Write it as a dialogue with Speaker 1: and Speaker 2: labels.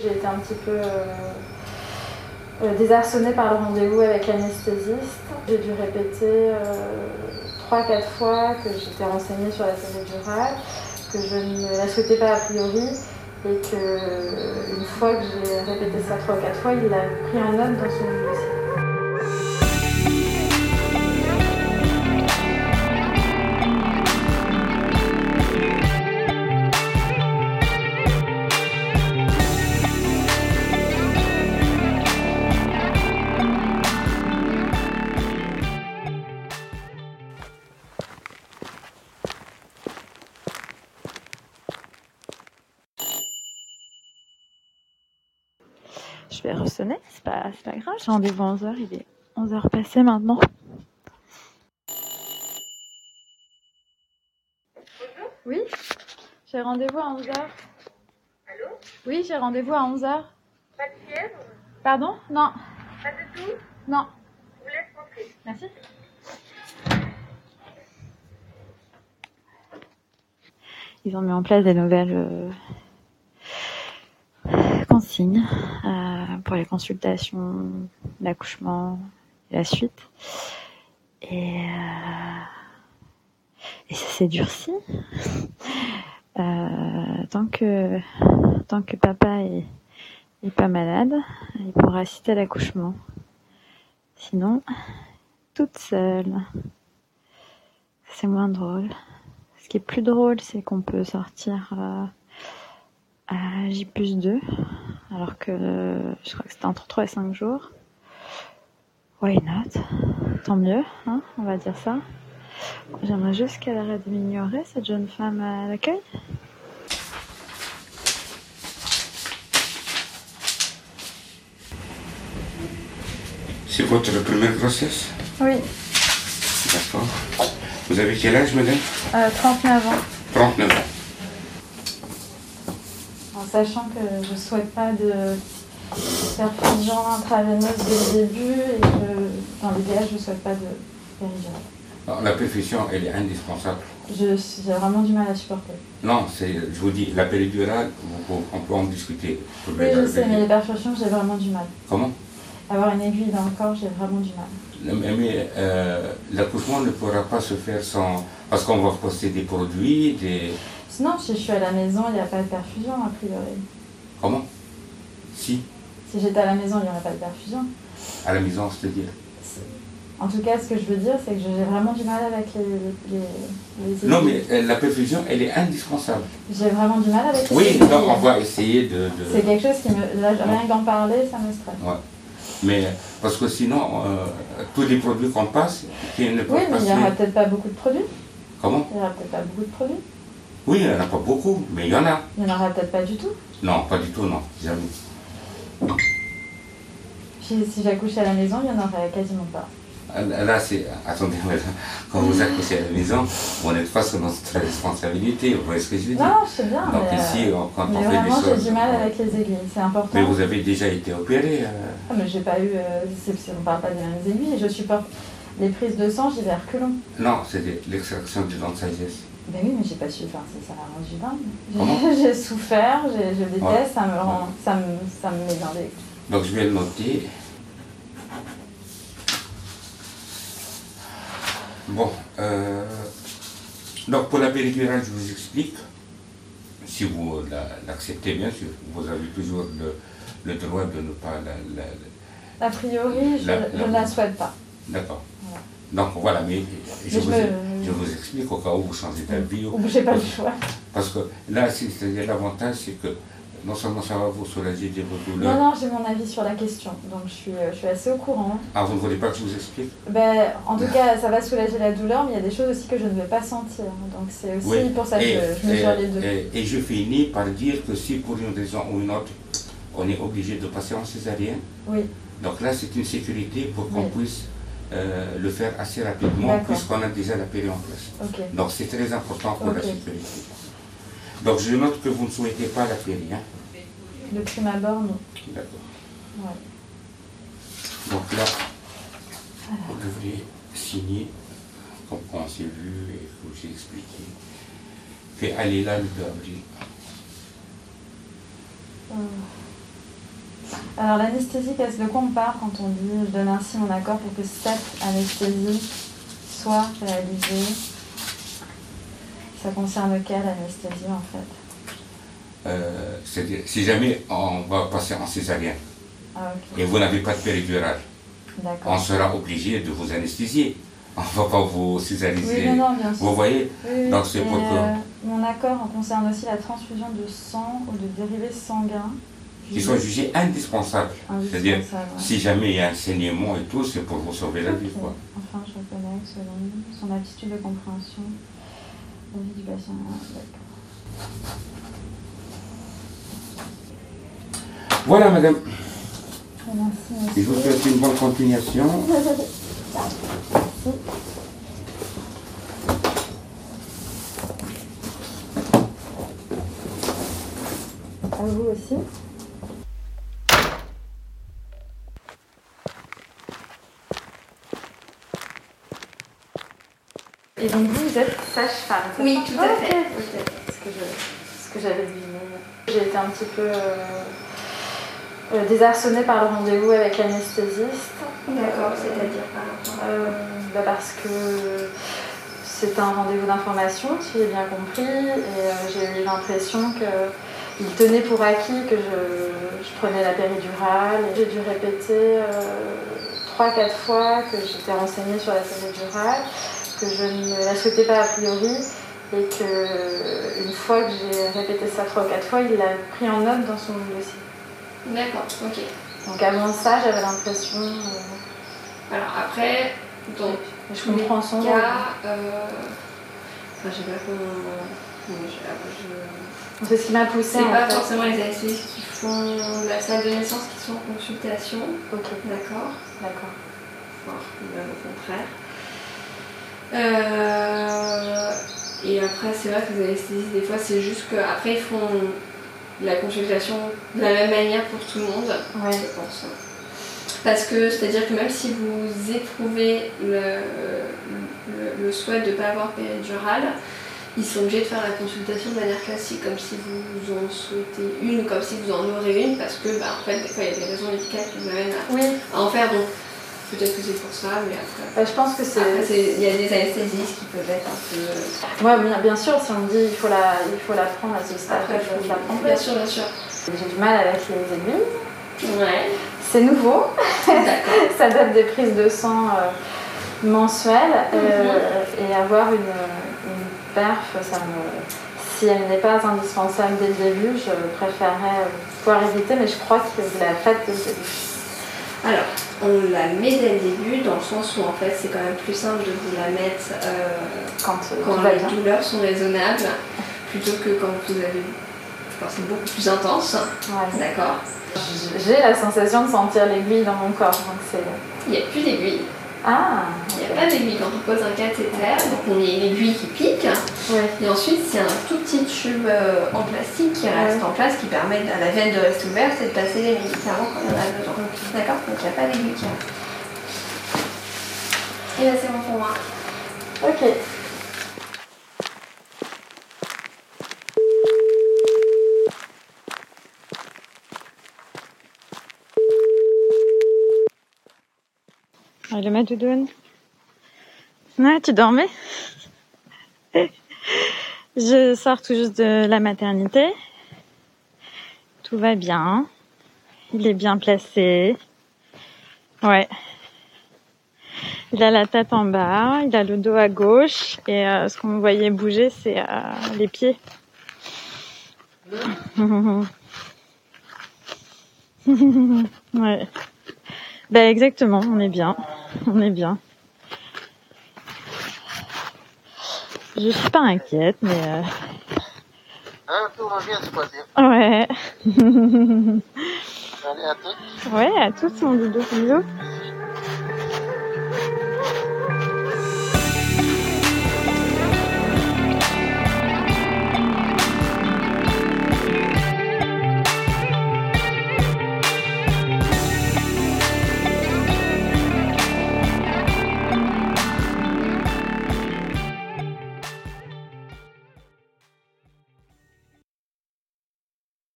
Speaker 1: J'ai été un petit peu euh, euh, désarçonnée par le rendez-vous avec l'anesthésiste. J'ai dû répéter euh, trois, 3-4 fois que j'étais renseignée sur la péridurale, que je ne la souhaitais pas a priori et que une fois que j'ai répété ça 3 ou 4 fois, il a pris un note dans son dossier. Je vais ressonner, c'est pas, c'est pas grave, j'ai rendez-vous à 11h, il est 11h passé maintenant. Oui, j'ai rendez-vous à 11h.
Speaker 2: Allô
Speaker 1: Oui, j'ai rendez-vous à 11h.
Speaker 2: Pas de fièvre
Speaker 1: Pardon Non,
Speaker 2: Pas de tout
Speaker 1: non.
Speaker 2: Je vous laisse rentrer.
Speaker 1: Merci. Ils ont mis en place des nouvelles euh, consignes euh, pour les consultations, l'accouchement, la suite. Et, euh, et ça s'est durci. Euh, tant, que, tant que papa est, est pas malade, il pourra assister à l'accouchement. Sinon, toute seule. C'est moins drôle. Ce qui est plus drôle, c'est qu'on peut sortir euh, à J 2, alors que euh, je crois que c'était entre 3 et 5 jours. Why not Tant mieux, hein, on va dire ça. J'aimerais juste qu'elle arrête de m'ignorer, cette jeune femme à l'accueil.
Speaker 3: C'est votre première grossesse
Speaker 1: Oui,
Speaker 3: D'accord. Vous avez quel âge, madame
Speaker 1: 39 euh, ans.
Speaker 3: 39 ans.
Speaker 1: en sachant que je souhaite pas de perfusion intraveineuse dès le début et que dans l'idéal je souhaite pas de péridurale.
Speaker 3: Alors, la perfusion, elle est indispensable.
Speaker 1: Je suis- J'ai vraiment du mal à supporter.
Speaker 3: Non, c'est, je vous dis, la péridurale, vous- vous- on peut en discuter. Vous
Speaker 1: Oui,
Speaker 3: pouvez la
Speaker 1: je sais, mais les
Speaker 3: répéter.
Speaker 1: perfusions, j'ai vraiment du mal.
Speaker 3: Comment
Speaker 1: Avoir une aiguille dans le corps, j'ai vraiment du mal.
Speaker 3: Mais, mais, euh, l'accouchement ne pourra pas se faire sans... Parce qu'on va poster des produits, des...
Speaker 1: Sinon, si je suis à la maison, il n'y a pas de perfusion, a priori.
Speaker 3: Comment Si,
Speaker 1: Si j'étais à la maison, il n'y aurait pas de perfusion.
Speaker 3: à la maison, c'est-à-dire.
Speaker 1: En tout cas, ce que je veux dire, c'est que j'ai vraiment du mal avec les, les, les- les
Speaker 3: Non,
Speaker 1: aiguilles.
Speaker 3: mais euh, la perfusion, elle est indispensable.
Speaker 1: J'ai vraiment du mal avec les
Speaker 3: Oui,
Speaker 1: aiguilles.
Speaker 3: donc on va essayer de... de-
Speaker 1: C'est quelque chose qui me... là, rien que d'en parler, ça me stresse.
Speaker 3: Mais parce que sinon, euh, tous les produits qu'on passe, qui ne
Speaker 1: Oui,
Speaker 3: peuvent
Speaker 1: mais
Speaker 3: pas
Speaker 1: il n'y aura
Speaker 3: se...
Speaker 1: peut-être pas beaucoup de produits.
Speaker 3: Comment
Speaker 1: Il n'y aura peut-être pas beaucoup de produits.
Speaker 3: Oui, il n'y en a pas beaucoup, mais il y en a.
Speaker 1: Il n'y en aura peut-être pas du tout.
Speaker 3: Non, pas du tout, non, jamais.
Speaker 1: Si, si j'accouche à la maison, il n'y en aurait quasiment pas.
Speaker 3: Euh, Là, c'est... Attendez, madame, quand vous accouchez à la maison, vous n'êtes pas sur notre responsabilité, vous voyez ce que je veux dire
Speaker 1: Non, je sais bien,
Speaker 3: Donc
Speaker 1: mais,
Speaker 3: ici,
Speaker 1: euh,
Speaker 3: on- quand
Speaker 1: mais
Speaker 3: on fait des
Speaker 1: vraiment,
Speaker 3: choses...
Speaker 1: j'ai du mal avec les aiguilles. C'est important.
Speaker 3: Mais vous avez déjà été opéré. euh,
Speaker 1: Ah, mais j'ai pas eu. euh, c'est- c'est- on parle pas des mêmes aiguilles. Je supporte les prises de sang, j'y vais à reculons.
Speaker 3: Non, c'est de- l'extraction du dents de sagesse.
Speaker 1: Ben oui, mais j'ai pas su. Enfin, c'est- ça m'a rendu dingue.
Speaker 3: Comment
Speaker 1: J'ai- J'ai souffert, j'ai- je déteste,
Speaker 3: Ouais.
Speaker 1: ça me rend. Ça me, ça me met dans des.
Speaker 3: Donc je vais le noter. Bon, euh, donc pour la péridurale, je vous explique. Si vous la- l'acceptez, bien sûr, vous avez toujours le, le droit de ne pas la. la- la-
Speaker 1: A priori, je
Speaker 3: La-
Speaker 1: je ne
Speaker 3: la-
Speaker 1: la souhaite pas.
Speaker 3: D'accord. Donc voilà, mais je,
Speaker 1: Mais je
Speaker 3: vous,
Speaker 1: me- Mm.
Speaker 3: je vous explique au cas où vous changez d'avis. ou-
Speaker 1: Ou j'ai pas le choix.
Speaker 3: Parce que là, c'est- c'est-à-dire l'avantage, c'est que non seulement ça va vous soulager de vos
Speaker 1: Non,
Speaker 3: douleurs.
Speaker 1: non, j'ai mon avis sur la question, donc je suis, euh, je suis assez au courant.
Speaker 3: Ah, vous ne voulez pas que je vous explique
Speaker 1: Ben, en tout cas, ça va soulager la douleur, mais il y a des choses aussi que je ne vais pas sentir. Donc c'est aussi
Speaker 3: Oui.
Speaker 1: pour ça que
Speaker 3: et,
Speaker 1: Eh, je mesure les deux.
Speaker 3: Eh, et- et je finis par dire que si pour une raison ou une autre, on est obligé de passer en césarien,
Speaker 1: Oui,
Speaker 3: donc là c'est une sécurité pour qu'on
Speaker 1: Oui.
Speaker 3: puisse euh, le faire assez rapidement
Speaker 1: D'accord.
Speaker 3: puisqu'on a déjà la péri en place.
Speaker 1: ok.
Speaker 3: Donc c'est très important pour la
Speaker 1: Ok.
Speaker 3: sécurité. Donc je note que vous ne souhaitez pas la péri. hein.
Speaker 1: De prime abord, non.
Speaker 3: D'accord.
Speaker 1: Ouais.
Speaker 3: Donc là, vous devrez signer comme on s'est vu et que j'ai expliqué. Fait aller là le 2 avril.
Speaker 1: Euh, Alors l'anesthésie, qu'est-ce le compare quand on dit je donne ainsi mon accord pour que cette anesthésie soit réalisée Ça concerne quelle anesthésie en fait
Speaker 3: Euh, C'est-à-dire, si jamais on va passer en césarien
Speaker 1: Ah ok,
Speaker 3: et vous n'avez pas de péridurale, on
Speaker 1: d'accord.
Speaker 3: sera obligé de vous anesthésier. On ne va pas vous
Speaker 1: Oui,
Speaker 3: césariser.
Speaker 1: non, non, bien sûr.
Speaker 3: vous voyez
Speaker 1: Oui, oui,
Speaker 3: donc c'est
Speaker 1: et,
Speaker 3: pour que-
Speaker 1: euh, mon accord concerne aussi la transfusion de sang ou de dérivés sanguins.
Speaker 3: Ils sont jugés indispensables.
Speaker 1: Ah
Speaker 3: c'est-à-dire,
Speaker 1: indispensables, ouais.
Speaker 3: Si jamais il y a un saignement et tout, c'est pour vous sauver la vie.
Speaker 1: Ok.
Speaker 3: Quoi.
Speaker 1: Enfin, je reconnais selon son aptitude de compréhension la vie du patient. D'accord.
Speaker 3: Voilà, madame.
Speaker 1: Merci,
Speaker 3: Je vous
Speaker 1: monsieur.
Speaker 3: souhaite une bonne continuation.
Speaker 1: À vous aussi. Et donc vous, vous êtes sage-femme c'est
Speaker 4: Oui,
Speaker 1: ça
Speaker 4: tout à fait.
Speaker 1: Ok, ok. Ce que je- ce que j'avais deviné. J'ai été un petit peu euh, euh, désarçonnée par le rendez-vous avec l'anesthésiste.
Speaker 4: D'accord, c'est-à-dire par rapport à...
Speaker 1: Euh, bah parce que c'est un rendez-vous d'information, si j'ai bien compris, et euh, j'ai eu l'impression qu'il tenait pour acquis que je, je prenais la péridurale. J'ai dû répéter 3-4 fois que j'étais renseignée sur la péridurale, que je ne la souhaitais pas a priori, et que une fois que j'ai répété ça 3 ou 4 fois, il l'a pris en note dans son dossier.
Speaker 4: D'accord, ok.
Speaker 1: Donc avant ça, j'avais l'impression. euh,
Speaker 4: Alors après, dans
Speaker 1: je
Speaker 4: tous les
Speaker 1: comprends son rôle.
Speaker 4: cas, euh... enfin, je sais pas comment... non, je- je-
Speaker 1: C'est ce qui m'a poussée.
Speaker 4: C'est
Speaker 1: en
Speaker 4: pas
Speaker 1: fait.
Speaker 4: forcément les anesthésistes qui font la salle de naissance qui sont en consultation,
Speaker 1: Ok,
Speaker 4: d'accord
Speaker 1: d'accord.
Speaker 4: Voire même au contraire. Euh, Et après, c'est vrai que les anesthésistes, des fois, c'est juste qu'après, ils font la consultation de la même manière pour tout le monde.
Speaker 1: Ouais.
Speaker 4: je pense. Parce que c'est-à-dire que même si vous éprouvez le, le- le souhait de ne pas avoir péridurale, ils sont obligés de faire la consultation de manière classique, comme si vous en souhaitez une, comme si vous en aurez une, parce que bah, en fait, des fois, il y a des raisons médicales qui vous amènent à-
Speaker 1: Oui,
Speaker 4: à en faire. Donc, peut-être que c'est pour ça, mais après.
Speaker 1: bah, je pense que
Speaker 4: Après,
Speaker 1: c'est.
Speaker 4: c'est- il y a des anesthésistes qui peuvent être un peu.
Speaker 1: Moi, bien, bien sûr, si on me dit il faut la, il faut la prendre à ce stade,
Speaker 4: Après,
Speaker 1: je
Speaker 4: faut-
Speaker 1: la prends.
Speaker 4: Bien sûr, bien sûr.
Speaker 1: J'ai du mal avec les aiguilles.
Speaker 4: Ouais,
Speaker 1: C'est nouveau,
Speaker 4: d'accord.
Speaker 1: ça date des prises de sang euh, mensuelles euh, et avoir une, une perf, ça me- Si elle n'est pas indispensable dès le début, je préférerais euh, pouvoir éviter, mais je crois que vous la faites dès le début.
Speaker 4: Alors, on la met dès le début, dans le sens où en fait, c'est quand même plus simple de vous la mettre. euh,
Speaker 1: Quand, euh,
Speaker 4: quand
Speaker 1: tout va
Speaker 4: les
Speaker 1: bien.
Speaker 4: douleurs sont raisonnables plutôt que quand vous avez quand c'est beaucoup plus intense
Speaker 1: Ouais.
Speaker 4: d'accord
Speaker 1: J'ai la sensation de sentir l'aiguille dans mon corps, donc c'est.
Speaker 4: il n'y a plus d'aiguille
Speaker 1: Ah
Speaker 4: il n'y a pas d'aiguille quand on pose un cathéter donc on a une aiguille qui pique
Speaker 1: Ouais.
Speaker 4: et ensuite c'est un tout petit tube euh, en plastique qui reste en place qui permet à la veine de rester ouverte et de passer les médicaments quand il y en a besoin d'accord donc il n'y a pas d'aiguille qui reste et là c'est bon pour moi
Speaker 1: Ok. Allô, ma doudoune Ouais, tu dormais Je sors tout juste de la maternité. Tout va bien. Il est bien placé. Ouais. Il a la tête en bas, il a le dos à gauche et euh, ce qu'on voyait bouger, c'est euh, les pieds. ouais. Ben exactement, on est bien, on est bien. Je suis pas inquiète, mais euh,
Speaker 5: Hein, tout va bien se passer.
Speaker 1: ouais,
Speaker 5: Allez, à toutes.
Speaker 1: ouais, à tous mon doudou, bisous.